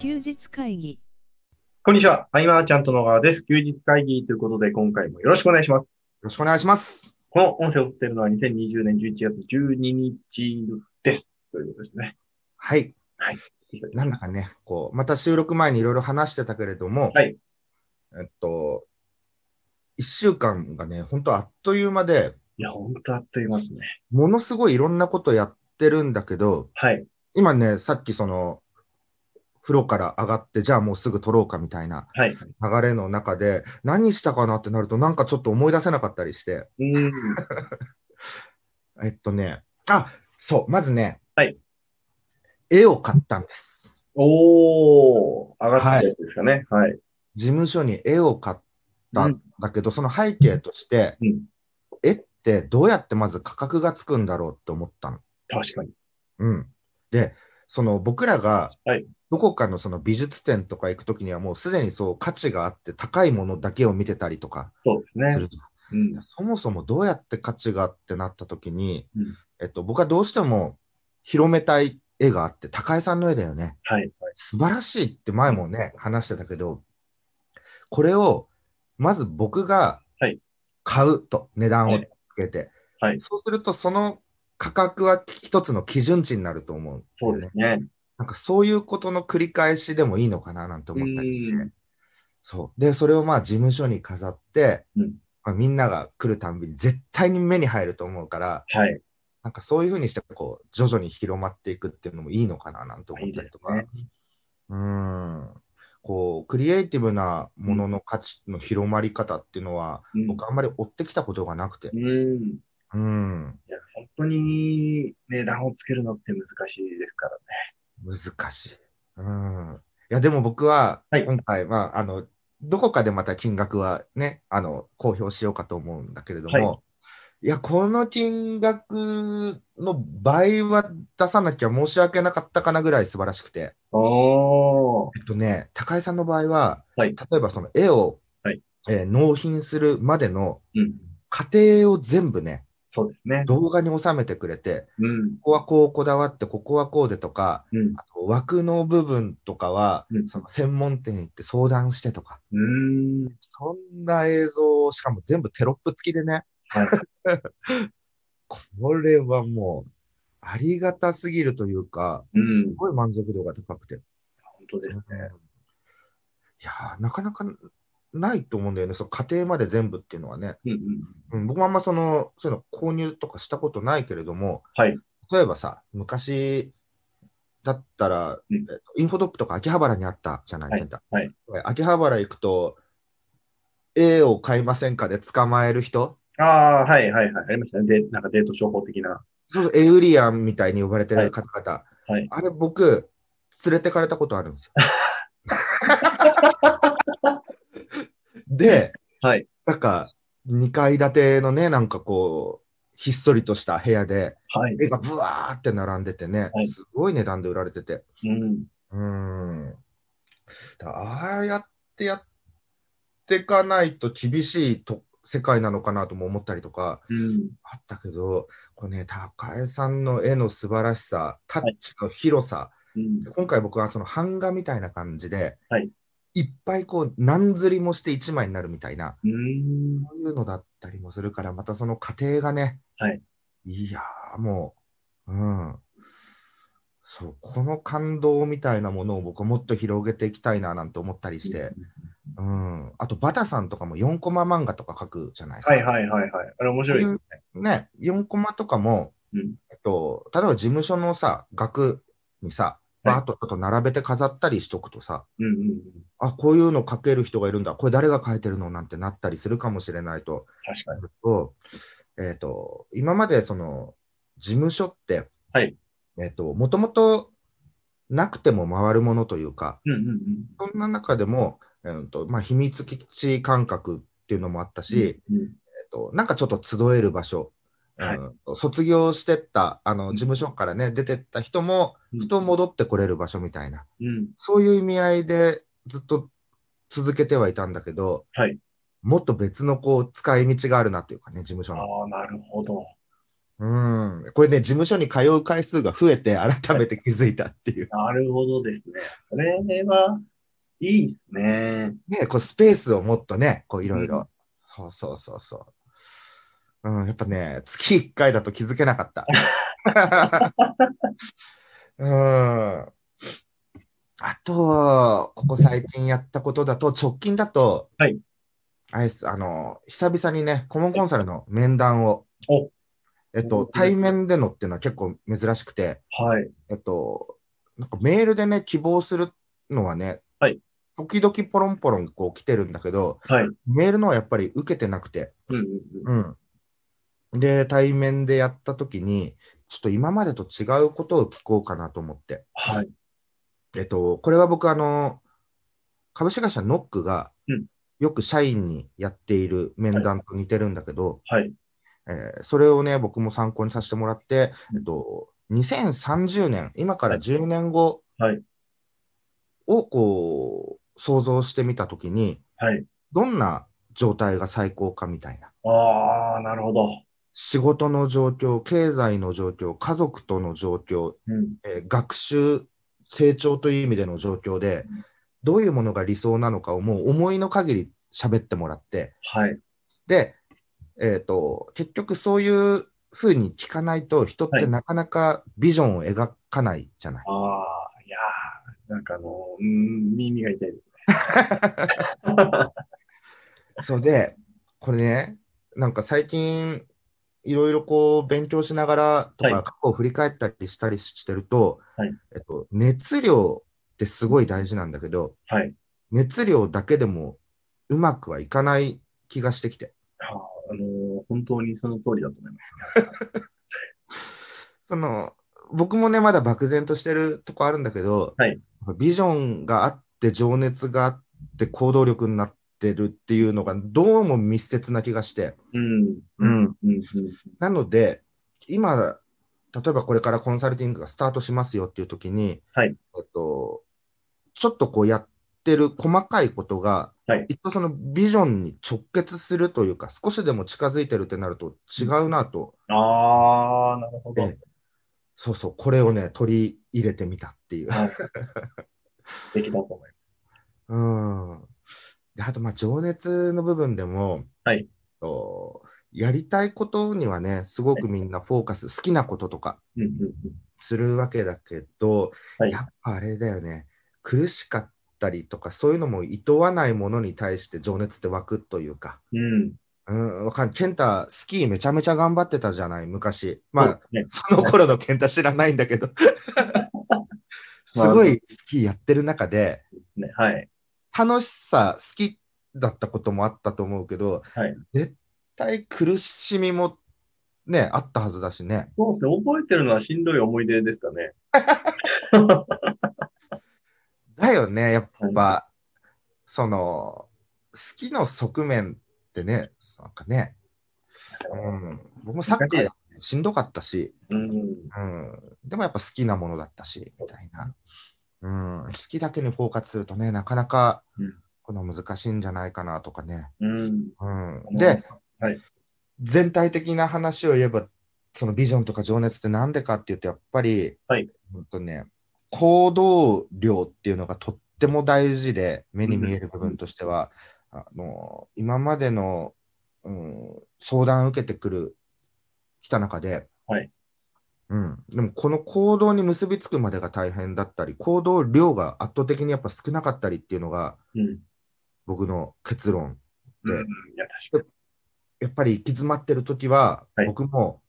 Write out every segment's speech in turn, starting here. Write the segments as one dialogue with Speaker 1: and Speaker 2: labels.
Speaker 1: 休日会議。
Speaker 2: こんにちは。アイマーちゃんと野川です。休日会議ということで、今回もよろしくお願いします。
Speaker 3: ろしくお願いします。
Speaker 2: この音声を撮っているのは2020年11月12日です。ということですね。
Speaker 3: はい。
Speaker 2: は
Speaker 3: なんだかね、こう、また収録前にいろいろ話してたけれども、
Speaker 2: い。
Speaker 3: えっと、一週間がね、本当あっという間で、
Speaker 2: いや、ほんとあっという間ですね。
Speaker 3: ものすごいいろんなことやってるんだけど、
Speaker 2: はい。
Speaker 3: 今ね、さっきその、風呂から上がって、じゃあもうすぐ撮ろうかみたいな
Speaker 2: はい。
Speaker 3: 流れの中で、何したかなってなると、なんかちょっと思い出せなかったりして、
Speaker 2: うん。
Speaker 3: えっとね、あ、そう、まずね、
Speaker 2: はい
Speaker 3: 絵を買ったんです。
Speaker 2: おー、上がったやつですかね。はい。
Speaker 3: 事務所に絵を買ったんだけど、その背景として、
Speaker 2: うん。
Speaker 3: 絵ってどうやってまず価格がつくんだろうって思ったの。
Speaker 2: 確かに。
Speaker 3: うん、で、その僕らが
Speaker 2: はい
Speaker 3: どこかのその美術展とか行くときにはもうすでにそう価値があって高いものだけを見てたりとか
Speaker 2: そうです
Speaker 3: す
Speaker 2: ね。
Speaker 3: るじゃん
Speaker 2: うん。
Speaker 3: そもそもどうやって価値がってなったときに、
Speaker 2: うん
Speaker 3: えっと、僕はどうしても広めたい絵があって、高井さんの絵だよね。
Speaker 2: はい。
Speaker 3: 素晴らしいって前もね、話してたけど、これを、まず僕が
Speaker 2: はい
Speaker 3: 買うと、値段をつけて、
Speaker 2: はい
Speaker 3: そうすると、その価格は一つの基準値になると思うんだ
Speaker 2: そうで
Speaker 3: よね。
Speaker 2: すね。
Speaker 3: なんかそういうことの繰り返しでもいいのかななんて思ったりし
Speaker 2: う
Speaker 3: て、そう。で、それをまあ事務所に飾って、
Speaker 2: うん
Speaker 3: まあ、みんなが来るたんびに絶対に目に入ると思うから、
Speaker 2: はい。
Speaker 3: なんかそういうふうにして、こう、徐々に広まっていくっていうのもいいのかななんて思
Speaker 2: いい
Speaker 3: った
Speaker 2: で
Speaker 3: り
Speaker 2: す
Speaker 3: とか。
Speaker 2: ね。
Speaker 3: うーんこうクリエイティブなものの価値の広まり方っていうのは、
Speaker 2: うん
Speaker 3: 僕あんまり追ってきたことがなくて、
Speaker 2: うん。い
Speaker 3: うん、
Speaker 2: や、本当に値段をつけるのって難しいですからね。
Speaker 3: 難しい。うん、いやでも僕は
Speaker 2: はい
Speaker 3: 今回、まあ、あのどこかでまた金額はねあの公表しようかと思うんだけれども、、
Speaker 2: はい
Speaker 3: やこの金額の倍は出さなきゃ申し訳なかったかなぐらい素晴らしくて。
Speaker 2: おー。
Speaker 3: えっとね、高井さんの場合は、
Speaker 2: はい
Speaker 3: 例えばその絵を、
Speaker 2: はい
Speaker 3: えー納品するまでの
Speaker 2: うん。
Speaker 3: 過程を全部ね、
Speaker 2: そうですね。
Speaker 3: 動画に収めてくれて、
Speaker 2: うん。
Speaker 3: ここはこうこだわって、ここはこうでとか、
Speaker 2: うん。
Speaker 3: あと枠の部分とかは、
Speaker 2: うん
Speaker 3: その専門店行って相談してとか、
Speaker 2: うーん。
Speaker 3: そんな映像を、しかも全部テロップ付きでね、
Speaker 2: はい。
Speaker 3: これはもう、ありがたすぎるというか、
Speaker 2: うん
Speaker 3: すごい満足度が高くて。
Speaker 2: 本当ですね。
Speaker 3: いやーなかなかないと思うんだよね、その家庭まで全部っていうのはね。
Speaker 2: うんうん。
Speaker 3: うん、僕もあんまそのそういうの購入とかしたことないけれども、
Speaker 2: はい。
Speaker 3: 例えばさ、昔だったら、
Speaker 2: うん
Speaker 3: えっとインフォトップとか秋葉原にあったじゃない、
Speaker 2: はい
Speaker 3: 健太
Speaker 2: はい
Speaker 3: 秋葉原行くと、絵を買いませんかで捕まえる人、
Speaker 2: ああ、はいはいはい。ありましたね。で、なんかデート商法的な。
Speaker 3: そうそうエウリアンみたいに呼ばれてる方々、
Speaker 2: はい。
Speaker 3: あれ僕、連れてかれたことある んですよ。で、
Speaker 2: はい。
Speaker 3: なんか、2階建てのね、なんかこう、ひっそりとした部屋で、
Speaker 2: はい。
Speaker 3: 絵がブワーって並んでてね、
Speaker 2: はい
Speaker 3: すごい値段で売られてて。
Speaker 2: うん。
Speaker 3: うーん。だああやってやってかないと厳しいと世界なのかなとも思ったりとか
Speaker 2: うん。
Speaker 3: あったけど、これね、高江さんの絵の素晴らしさ、タッチの広さ、
Speaker 2: うん
Speaker 3: で。今回僕はその版画みたいな感じで、
Speaker 2: はい、
Speaker 3: いっぱいこう、何釣りもして1枚になるみたいな。
Speaker 2: うん。
Speaker 3: そういうのだったりもするから、またその過程がね、
Speaker 2: はい、
Speaker 3: いやー、もう、うん、そう、この感動みたいなものを僕はもっと広げていきたいななんて思ったりして、うん、あと、バタさんとかも4コマ漫画とか書くじゃないですか。
Speaker 2: はいはいはいはい。あれ面白いですね。
Speaker 3: ね、4コマとかも、
Speaker 2: うん
Speaker 3: えっと、例えば事務所のさ、額にさ、
Speaker 2: はい
Speaker 3: バーっとちょっと並べて飾ったりしとくとさ、
Speaker 2: うんうんうん。
Speaker 3: あ、こういうの書ける人がいるんだ、これ誰が書いてるのなんてなったりするかもしれないと、
Speaker 2: 確かに。
Speaker 3: と、えっ、と、今までその、事務所って、
Speaker 2: はい
Speaker 3: えっ、と、もともとなくても回るものというか、
Speaker 2: うんうん
Speaker 3: そんな中でも、えーとまあ、秘密基地感覚っていうのもあったし、えっ
Speaker 2: うん。うん
Speaker 3: と、なんかちょっと集える場所、
Speaker 2: はい
Speaker 3: うんと卒業してった、あ
Speaker 2: う
Speaker 3: の、
Speaker 2: ん
Speaker 3: 事務所からね、出てった人
Speaker 2: う
Speaker 3: も、
Speaker 2: ん
Speaker 3: ふと戻ってこれる場所みたいな、
Speaker 2: うん。
Speaker 3: そういう意味合いでずっと続けてはいたんだけど、
Speaker 2: はい
Speaker 3: もっと別のこう、使い道があるなというかね、事務所
Speaker 2: あ
Speaker 3: の。
Speaker 2: あ、なるほど。
Speaker 3: うん。これね、事務所に通う回数が増えて、改めて気づいたっていう。
Speaker 2: なるほどですね。これは、いいですね。
Speaker 3: ね、こうスペースをもっとね、こういろいろ。そうそうそうそう。うん、やっぱね、月1回だと気づけな かった。うん。あと、ここ最近やったことだと、直近だと、
Speaker 2: はい。
Speaker 3: あれです、あの、久々にね、顧問コンサルの面談を
Speaker 2: お、
Speaker 3: えっと、対面でのっていうのは結構珍しくて、
Speaker 2: はい。
Speaker 3: えっと、なんかメールでね、希望するのはね、
Speaker 2: はい
Speaker 3: 時々ポロンポロンこう来てるんだけど、
Speaker 2: はい。
Speaker 3: メールのはやっぱり受けてなくて、
Speaker 2: うんうん
Speaker 3: うん。で、対面でやった時に、ちょっと今までと違うことを聞こうかなと思って。
Speaker 2: はい。
Speaker 3: えっと、これは僕、あの、株式会社ノックが
Speaker 2: うん、
Speaker 3: よく社員にやっている面談と似てるんだけど、
Speaker 2: はい。
Speaker 3: えーそれをね、僕も参考にさせてもらって、えっと、2030年、今から10年後
Speaker 2: はい
Speaker 3: をこう、想像してみたときに、
Speaker 2: はい。
Speaker 3: どんな状態が最高かみたいな。
Speaker 2: ああ、なるほど。
Speaker 3: 仕事の状況、経済の状況、家族との状況、
Speaker 2: うん。
Speaker 3: えー学習、成長という意味での状況で
Speaker 2: うん、
Speaker 3: どういうものが理想なのかをもう思いの限り喋ってもらって、
Speaker 2: はい。
Speaker 3: で、えっ、と、結局そういうふうに聞かないと、人っ
Speaker 2: は
Speaker 3: て
Speaker 2: い
Speaker 3: なかなかビジョンを描かないじ ゃない。
Speaker 2: ああ、いやーなんかあの、うーん、耳が痛いですね。
Speaker 3: そうで、これね、なんか最近、いろいろこう勉強しながらと
Speaker 2: は
Speaker 3: か、
Speaker 2: い
Speaker 3: 過去を振り返ったりしたりしてると、
Speaker 2: はい
Speaker 3: えっと、熱量ってすごい大事なんだけど、
Speaker 2: はい。
Speaker 3: 熱量だけでもうまくはいかない気がしてきて。
Speaker 2: あーあのー本当にその通りだと思います。
Speaker 3: その僕もね、まだ漠然としてるとこあるんだけど、
Speaker 2: はい
Speaker 3: ビジョンがあって、情熱があって、行動力になってるっていうのが、どうも密接な気がして、
Speaker 2: うん。
Speaker 3: うん
Speaker 2: うん。うん。
Speaker 3: なので、今、例えばこれからコンサルティングがスタートしますよっていう時に、
Speaker 2: はい
Speaker 3: えっと、ちょっとこうやってる細かいことが、
Speaker 2: はい
Speaker 3: 一応そのビジョンに直結するというか、少しでも近づいてるってなると違うなと、
Speaker 2: ああ、なるほど。
Speaker 3: ええそうそう、これをね、取り入れてみたっていう。
Speaker 2: はい。素敵だと思います。
Speaker 3: うん。で、あと、まあ、情熱の部分でも、
Speaker 2: はい
Speaker 3: とやりたいことにはね、すごくみんなフォーカス、好きなこととか
Speaker 2: うんうんうん。
Speaker 3: するわけだけど、
Speaker 2: はい
Speaker 3: やっぱあれだよね、苦しかったりとか、そういうのも厭わないものに対して情熱って湧くというか、
Speaker 2: うん。
Speaker 3: うん、わかんない。健太、スキーめちゃめちゃ頑張ってたじゃない、昔。まあ、
Speaker 2: そうですね、
Speaker 3: その頃の健太知らないんだけど、すごいスキーやってる中で、
Speaker 2: ね、はい。
Speaker 3: 楽しさ、好きだったこともあったと思うけど、
Speaker 2: はい
Speaker 3: 絶対苦しみもね、あったはずだしね。
Speaker 2: そうですね。覚えてるのはしんどい思い出ですか ね。
Speaker 3: だよね、やっぱ、
Speaker 2: は
Speaker 3: その、好きの側面ってね、なんかね、うん、僕もサッカーやってしんどかったし、
Speaker 2: うん。
Speaker 3: うん、でもやっぱ好きなものだったし、みたいな。うん、好きだけにフォーカスするとね、なかなか
Speaker 2: うん、
Speaker 3: この難しいんじゃないかなとかね。
Speaker 2: うん。
Speaker 3: うん、で、、全体的な話を言えば、そのビジョンとか情熱ってなんでかっていうと、やっぱり、
Speaker 2: はい
Speaker 3: うんとね、行動量っていうのがとっても大事で、目に見える部分としては、あの今までの、うん、相談を受けてくる、来た中で、
Speaker 2: はい
Speaker 3: うん、でもこの行動に結びつくまでが大変だったり、行動量が圧倒的にやっぱ少なかったりっていうのが、
Speaker 2: うん。
Speaker 3: 僕の結論
Speaker 2: うん。
Speaker 3: で
Speaker 2: うんいや、
Speaker 3: やっぱり行き詰まってる時は、
Speaker 2: はい
Speaker 3: 僕も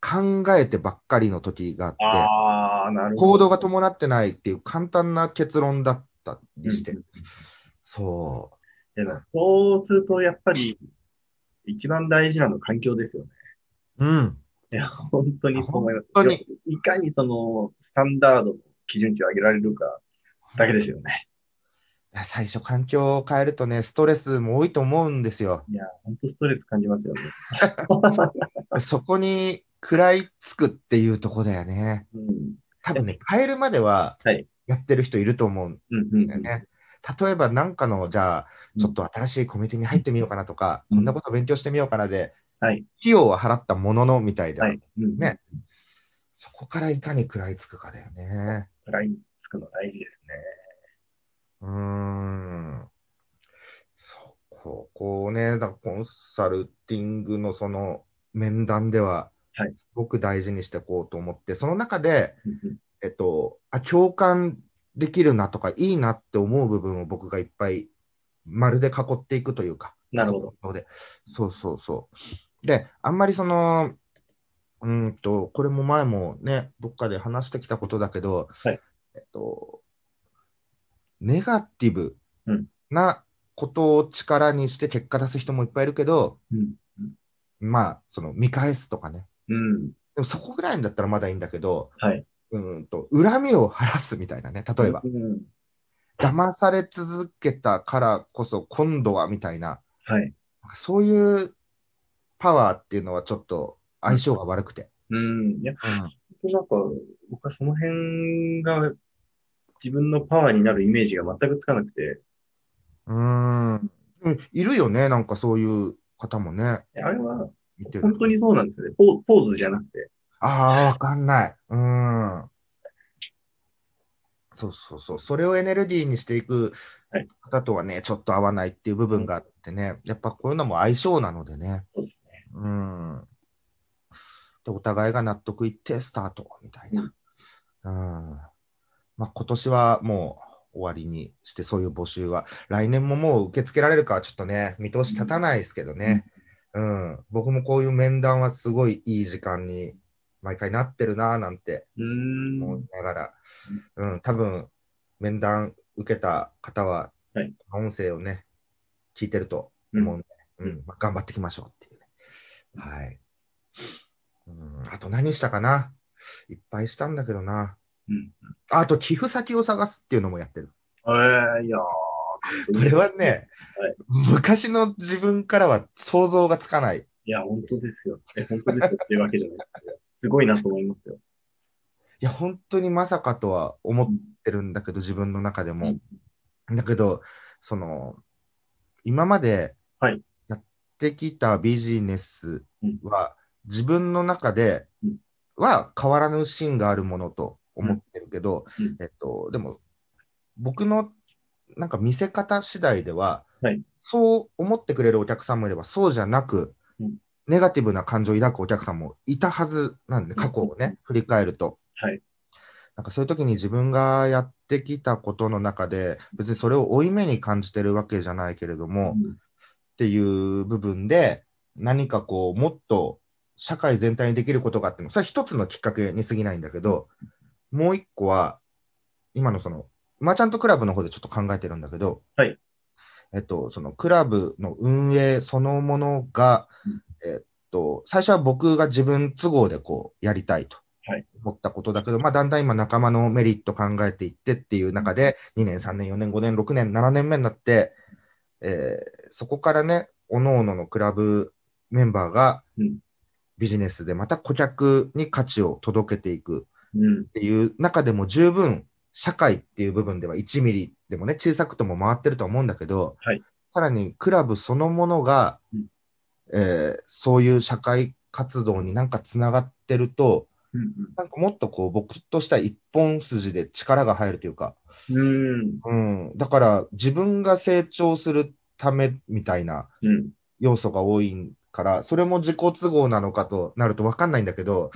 Speaker 3: 考えてばっかりの時が
Speaker 2: 確かに。
Speaker 3: あっ
Speaker 2: ああ、な
Speaker 3: て、
Speaker 2: るほど。
Speaker 3: 行動が伴ってないっていう簡単な結論だったりして、
Speaker 2: うん
Speaker 3: そ
Speaker 2: でもそうすると、やっぱり、一番大事なのは環境ですよね。
Speaker 3: う。うん。
Speaker 2: いや、本当にそう思います。
Speaker 3: 本当に
Speaker 2: いやいかにその、スタンダードの基準値を上げられるかだけですよね。
Speaker 3: 最初環境を変えるとね、ストレスも多いと思うんですよ。
Speaker 2: いや、本当ストレス感じますよね。
Speaker 3: そこに食らいつくっていうとこだよね。
Speaker 2: うん。
Speaker 3: 多分ね、変えるまでは
Speaker 2: はい
Speaker 3: やってる人いると思うん
Speaker 2: うんうん
Speaker 3: だ
Speaker 2: う
Speaker 3: よ
Speaker 2: ん。
Speaker 3: ね。例えばなんかの、じゃあ、ちょっと新しいコミュニティに入ってみようかなとか、
Speaker 2: うん
Speaker 3: こんなこと勉強してみようかなで、
Speaker 2: はい。
Speaker 3: 費用は払ったもののみたいで、
Speaker 2: はい。うん
Speaker 3: ね。そこからいかに食らいつくかだよね。
Speaker 2: 食らいつくの大事ですね。
Speaker 3: うーん。そう、ここをね、だからコンサルティングのその面談では
Speaker 2: はい、
Speaker 3: すごく大事にしていこうと思って、その中で、
Speaker 2: うんうん
Speaker 3: えっと、あ、共感できるなとか、いいなって思う部分を僕がいっぱい、丸で囲っていくというか、
Speaker 2: なるほど。
Speaker 3: そうでそうそうそう。で、あんまりその、うーんと、これも前もね、どっかで話してきたことだけど、
Speaker 2: はい
Speaker 3: えっと、ネガティブ
Speaker 2: うん
Speaker 3: なことを力にして結果出す人もいっぱいいるけど、
Speaker 2: うん。
Speaker 3: まあ、その見返すとかね。
Speaker 2: うん。
Speaker 3: でもそこぐらいだったらまだいいんだけど、
Speaker 2: はい。
Speaker 3: うーんと、恨みを晴らすみたいなね、例えば
Speaker 2: う。ん。
Speaker 3: 騙され続けたからこそ今度はみたいな、
Speaker 2: はい。
Speaker 3: そういうパワーっていうのはちょっと相性が悪くて。
Speaker 2: うん。いや、
Speaker 3: うん
Speaker 2: なんか、僕はその辺が自分のパワーになるイメージが全くつかなくて、
Speaker 3: うーん。うんいるよね、なんかそういう方もね、
Speaker 2: あれは
Speaker 3: 見てる
Speaker 2: 本。当にそうなんですよね。ポポーズじゃなくて。
Speaker 3: ああ、わかんない。うーん。そうそうそう。それをエネルギーにしていく
Speaker 2: はい
Speaker 3: 方とはね、ちょっと合わないっていう部分があってね、やっぱこういうのも相性なのでね。
Speaker 2: そうで
Speaker 3: うん。で、お互いが納得いってスタートみたいな。うん。まあ、今年はもう終わりにして、そういう募集は、来年ももう受け付けられるかはちょっとね、見通し立たないですけどね。うん。僕もこういう面談はすごいいい時間に毎回なってるなぁなんて
Speaker 2: うーん。
Speaker 3: 思いながら、うん、多分面談受けた方は、
Speaker 2: はい
Speaker 3: この音声をね、聞いてると思うんで、
Speaker 2: うん
Speaker 3: うんまあ、頑張っていきましょうっていうね。はい。うん、あと何したかないっぱいしたんだけどな。
Speaker 2: うん
Speaker 3: あと寄付先を探すっていうのもやってる。
Speaker 2: えー、いやー
Speaker 3: これはね、
Speaker 2: はい
Speaker 3: 昔の自分からは想像がつかない。
Speaker 2: いや、本当ですよ。え本当ですよっていうわけじゃないですけど。すごいなと思いますよ。
Speaker 3: いや、本当にまさかとは思ってるんだけど、自分の中でも。だけど、その、今まで
Speaker 2: はい
Speaker 3: やってきたビジネスは、自分の中で
Speaker 2: うん
Speaker 3: は変わらぬ芯があるものと思ってるけど、
Speaker 2: うんうん
Speaker 3: えっと、でも、僕のなんか見せ方次第では、
Speaker 2: はい
Speaker 3: そう思ってくれるお客さんもいれば、そうじゃなく、
Speaker 2: うん
Speaker 3: ネガティブな感情を抱くお客さんもいたはずなんで、過去をね、振り返ると。
Speaker 2: はい
Speaker 3: なんかそういう時に自分がやってきたことの中で、別にそれを負い目に感じてるわけじゃないけれども、っていう部分で、何かこう、もっと社会全体にできることがあっても、それは一つのきっかけに過ぎないんだけど、もう一個は、今のその、マーチャントクラブの方でちょっと考えてるんだけど、
Speaker 2: はい
Speaker 3: えっと、そのクラブの運営そのものが、えっと、最初は僕が自分都合でこう、やりたいと
Speaker 2: はい
Speaker 3: 思ったことだけど、まあ、だんだん今仲間のメリット考えていってっていう中で、2年、3年、4年、5年、6年、7年目になって、えーそこからね、おのおののクラブメンバーが
Speaker 2: うん
Speaker 3: ビジネスでまた顧客に価値を届けていく
Speaker 2: うん。
Speaker 3: っていう中でも十分社会っていう部分では1ミリでもね、小さくとも回ってると思うんだけど、
Speaker 2: はい
Speaker 3: さらにクラブそのものが、
Speaker 2: うん
Speaker 3: えーそういう社会活動になんかつながってると、
Speaker 2: うん。
Speaker 3: なんかもっとこう僕としては一本筋で力が入るというか、
Speaker 2: うん。
Speaker 3: うん、だから自分が成長するためみたいな
Speaker 2: うん。
Speaker 3: 要素が多いから、それも自己都合なのかとなると分かんないんだけど、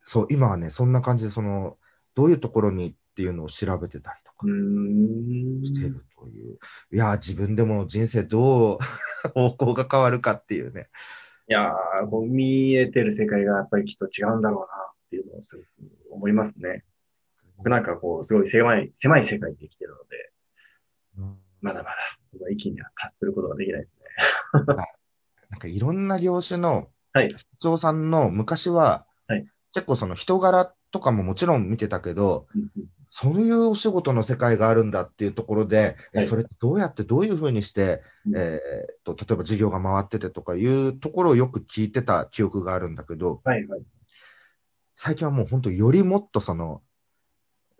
Speaker 3: そう、今はね、そんな感じで、その、どういうところにっていうのを調べてたりと
Speaker 2: う
Speaker 3: か
Speaker 2: ん。
Speaker 3: してるという。いやー、自分でも人生どう方向が変わるかっていうね。
Speaker 2: いやー、こう見えてる世界がやっぱりきっと違うんだろうなっていうのをすごく思いますね。僕なんかこう、すごい狭い、狭い世界で生きてるので、
Speaker 3: うん
Speaker 2: まだまだ、この域には達することができないですね。
Speaker 3: なんかいろんな業種の
Speaker 2: はい
Speaker 3: 社長さんの昔は、
Speaker 2: はい
Speaker 3: 結構その人柄とかももちろん見てたけど、
Speaker 2: うんうん
Speaker 3: そういうお仕事の世界があるんだっていうところで、え
Speaker 2: はい
Speaker 3: それってどうやってどういうふうにして、
Speaker 2: うん
Speaker 3: えーっと例えば事業が回っててとかいうところをよく聞いてた記憶があるんだけど、
Speaker 2: はいはい。
Speaker 3: 最近はもう本当よりもっとその、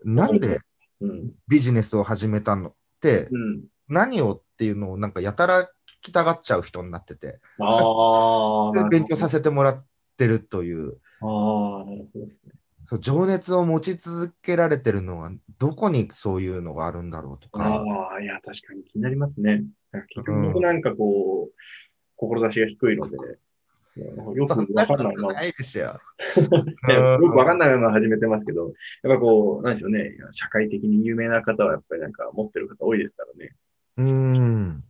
Speaker 3: なんで
Speaker 2: うん。
Speaker 3: ビジネスを始めたのって、
Speaker 2: うん。
Speaker 3: 何をっていうのをなんかやたら聞きたがっちゃう人になってて、
Speaker 2: ああ、なるほど
Speaker 3: 勉強させてもらってるという、
Speaker 2: ああ、なるほど。
Speaker 3: そう情熱を持ち続けられてるのは、どこにそういうのがあるんだろうとか、
Speaker 2: ああ、いや、確かに気になりますね。なんか結局僕なんかこう、志が低いので、よく
Speaker 3: そんな
Speaker 2: わ
Speaker 3: こ
Speaker 2: かんな
Speaker 3: と
Speaker 2: い、まあ
Speaker 3: ないで しょ。
Speaker 2: ねよくわか
Speaker 3: うん
Speaker 2: んないまま始めてますけど、やっぱこう、なんでしょうね、社会的に有名な方はやっぱりなんか持ってる方多いですからね。
Speaker 3: うん。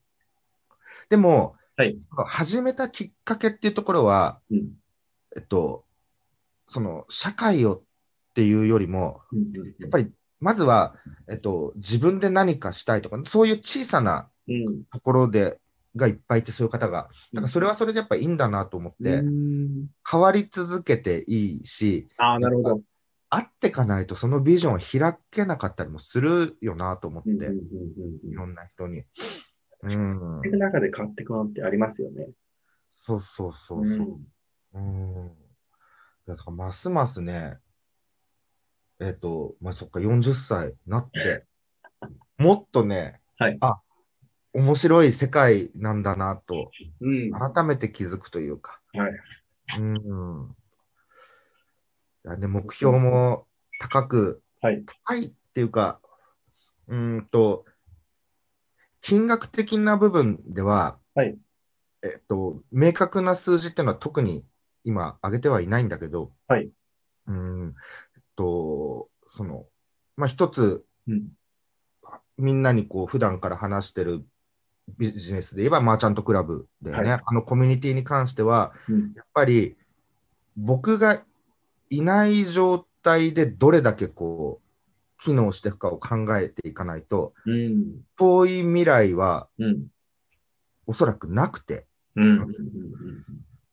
Speaker 3: でも、
Speaker 2: はい
Speaker 3: その始めたきっかけっていうところは、
Speaker 2: うん。
Speaker 3: えっと、その社会をっていうよりも、
Speaker 2: うんうん
Speaker 3: やっぱりまずは、えっと、自分で何かしたいとか、そういう小さな
Speaker 2: うん。
Speaker 3: ところでがいっぱいいて、そういう方が、なんかそれはそれでやっぱいいんだなと思って、
Speaker 2: うん
Speaker 3: 変わり続けていいし、
Speaker 2: ああ、なるほど。
Speaker 3: 会ってかないとそのビジョンを開けなかったりもするよなと思って、
Speaker 2: うんうんうん
Speaker 3: い
Speaker 2: うん
Speaker 3: ろんな人に。うん
Speaker 2: 生、活の中で変わっていくものってありますよね。
Speaker 3: そうそうそうそう。うん。いやだからますますね、えっ、と、まあ、そっか、40歳になって、もっとね、
Speaker 2: はい
Speaker 3: あ、面白い世界なんだなと、
Speaker 2: うん。うん
Speaker 3: 改めて気づくというか。
Speaker 2: はい
Speaker 3: うん。いやで目標も高く、
Speaker 2: はい
Speaker 3: 高いっていうか、うーんと、金額的な部分では、
Speaker 2: はい
Speaker 3: えっと、明確な数字っていうのは特に今、上げてはいないんだけど、
Speaker 2: はい、
Speaker 3: うーんと、その、まあ、一つ、
Speaker 2: うん。
Speaker 3: みんなにこう普段から話してるビジネスで言えば、マーチャントクラブだよね、
Speaker 2: は
Speaker 3: あのコミュニティに関しては、
Speaker 2: うん
Speaker 3: やっぱり僕がいない状態でどれだけこう機能していくかを考えていかないと、
Speaker 2: うん。
Speaker 3: 遠い未来は
Speaker 2: うん。
Speaker 3: おそらくなくて、
Speaker 2: うん。うん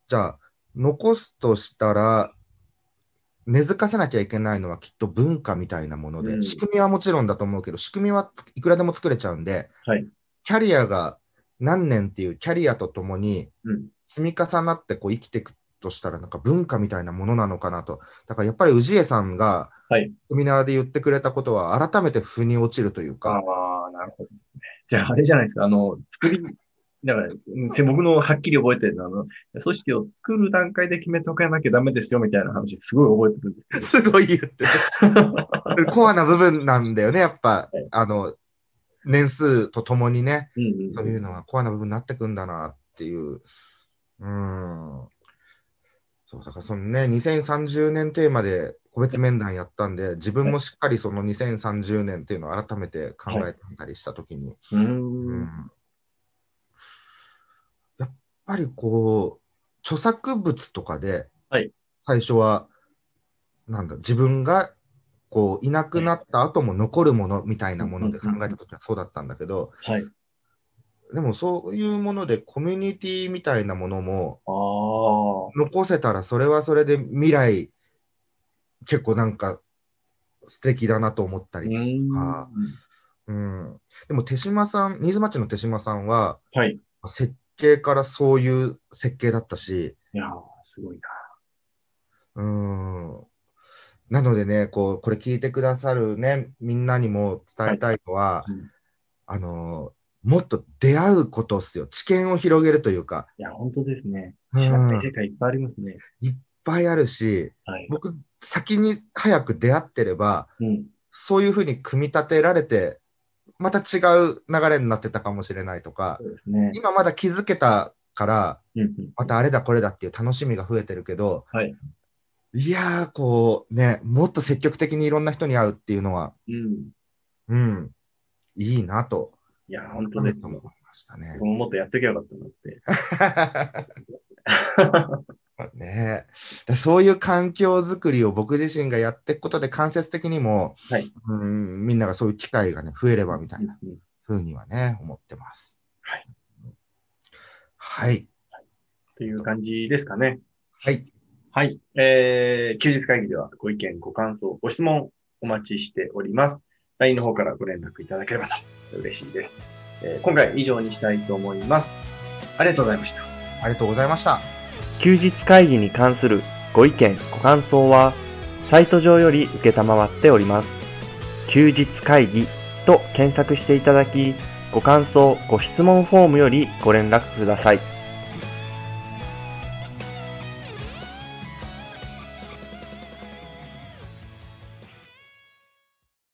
Speaker 3: じゃあ、残すとしたら、根付かせなきゃいけないのはきっと文化みたいなもので、
Speaker 2: うん
Speaker 3: 仕組みはもちろんだと思うけど、仕組みはいくらでも作れちゃうんで、
Speaker 2: はい
Speaker 3: キャリアが何年っていうキャリアとともに
Speaker 2: うん
Speaker 3: 積み重なってこう生きていくとしたら、なんか文化みたいなものなのかなと。だからやっぱり氏家さんが、
Speaker 2: はい
Speaker 3: セミナーで言ってくれたことは、改めて腑に落ちるというか、
Speaker 2: ああ、なるほど。じゃあ、あれじゃないですか、あの、作り、だから、うんせ僕のはっきり覚えてるのは、あの、組織を作る段階で決めておかなきゃダメですよ、みたいな話、すごい覚えてるんですけど。
Speaker 3: すごい言 ってて、コアな部分なんだよね、やっぱ
Speaker 2: はい、
Speaker 3: あの、年数とともにね。
Speaker 2: うんうん
Speaker 3: そういうのはコアな部分になってくんだなっていう。うーん。そう、だからそのね、2030年テーマで個別面談やったんで、自分もしっかりその2030年っていうのを改めて考えてみたりしたときに、
Speaker 2: う。
Speaker 3: うんんやっぱりこう、著作物とかで
Speaker 2: はい、
Speaker 3: 最初は、なんだ、自分がこういなくなった後も残るものみたいなもので考えたときはそうだったんだけど、
Speaker 2: はい。
Speaker 3: でもそういうものでコミュニティみたいなものも
Speaker 2: ああ。
Speaker 3: 残せたらそれはそれで未来結構なんか素敵だなと思った
Speaker 2: う
Speaker 3: り、
Speaker 2: ん。
Speaker 3: あうん、でも手島さん新妻町の手島さんは
Speaker 2: はい。い
Speaker 3: 設計からそういう設計だったし、
Speaker 2: やー、すごいな。
Speaker 3: うん、なのでねこうこれ聞いてくださるねみんなにも伝えたいの
Speaker 2: は
Speaker 3: は、
Speaker 2: いうん
Speaker 3: あのもっと出会うことっすよ知見を広げるというか
Speaker 2: いや、本当ですね。
Speaker 3: うん
Speaker 2: 知らない世界いっぱいありますね。
Speaker 3: いっぱいあるし
Speaker 2: はい。
Speaker 3: 僕、先に早く出会ってれば、
Speaker 2: うん。
Speaker 3: そういうふうに組み立てられて、また違う流れになってたかもしれないとか
Speaker 2: そ、うですね。
Speaker 3: 今まだ気づけたから、
Speaker 2: うんうん。
Speaker 3: またあれだこれだっていう楽しみが増えてるけど、
Speaker 2: はい。
Speaker 3: いやー、こうね、もっと積極的にいろんな人に会うっていうのは、
Speaker 2: うん。
Speaker 3: うん、いいなと、
Speaker 2: いや、本当です。
Speaker 3: 思い
Speaker 2: 僕
Speaker 3: ましたね。
Speaker 2: ももっとやっときゃよかったなって。
Speaker 3: ねえだそういう環境づくりを僕自身がやっていくことで間接的にも、
Speaker 2: はい
Speaker 3: うんみんながそういう機会が、ね、増えればみたいな
Speaker 2: うんうん
Speaker 3: ふうにはね、思ってます。
Speaker 2: はい。
Speaker 3: はい。
Speaker 2: という感じですかね。
Speaker 3: はい。
Speaker 2: はい。えー、休日会議ではご意見、ご感想、ご質問お待ちしております。LINE の方からご連絡いただければと嬉しいです。えー今回以上にしたいと思います。ありがとうございました。
Speaker 3: ありがとうございました。
Speaker 1: 休日会議に関するご意見、ご感想は、サイト上より受けたまわっております。休日会議と検索していただき、
Speaker 2: ご感想、ご質問フォームよりご連絡ください。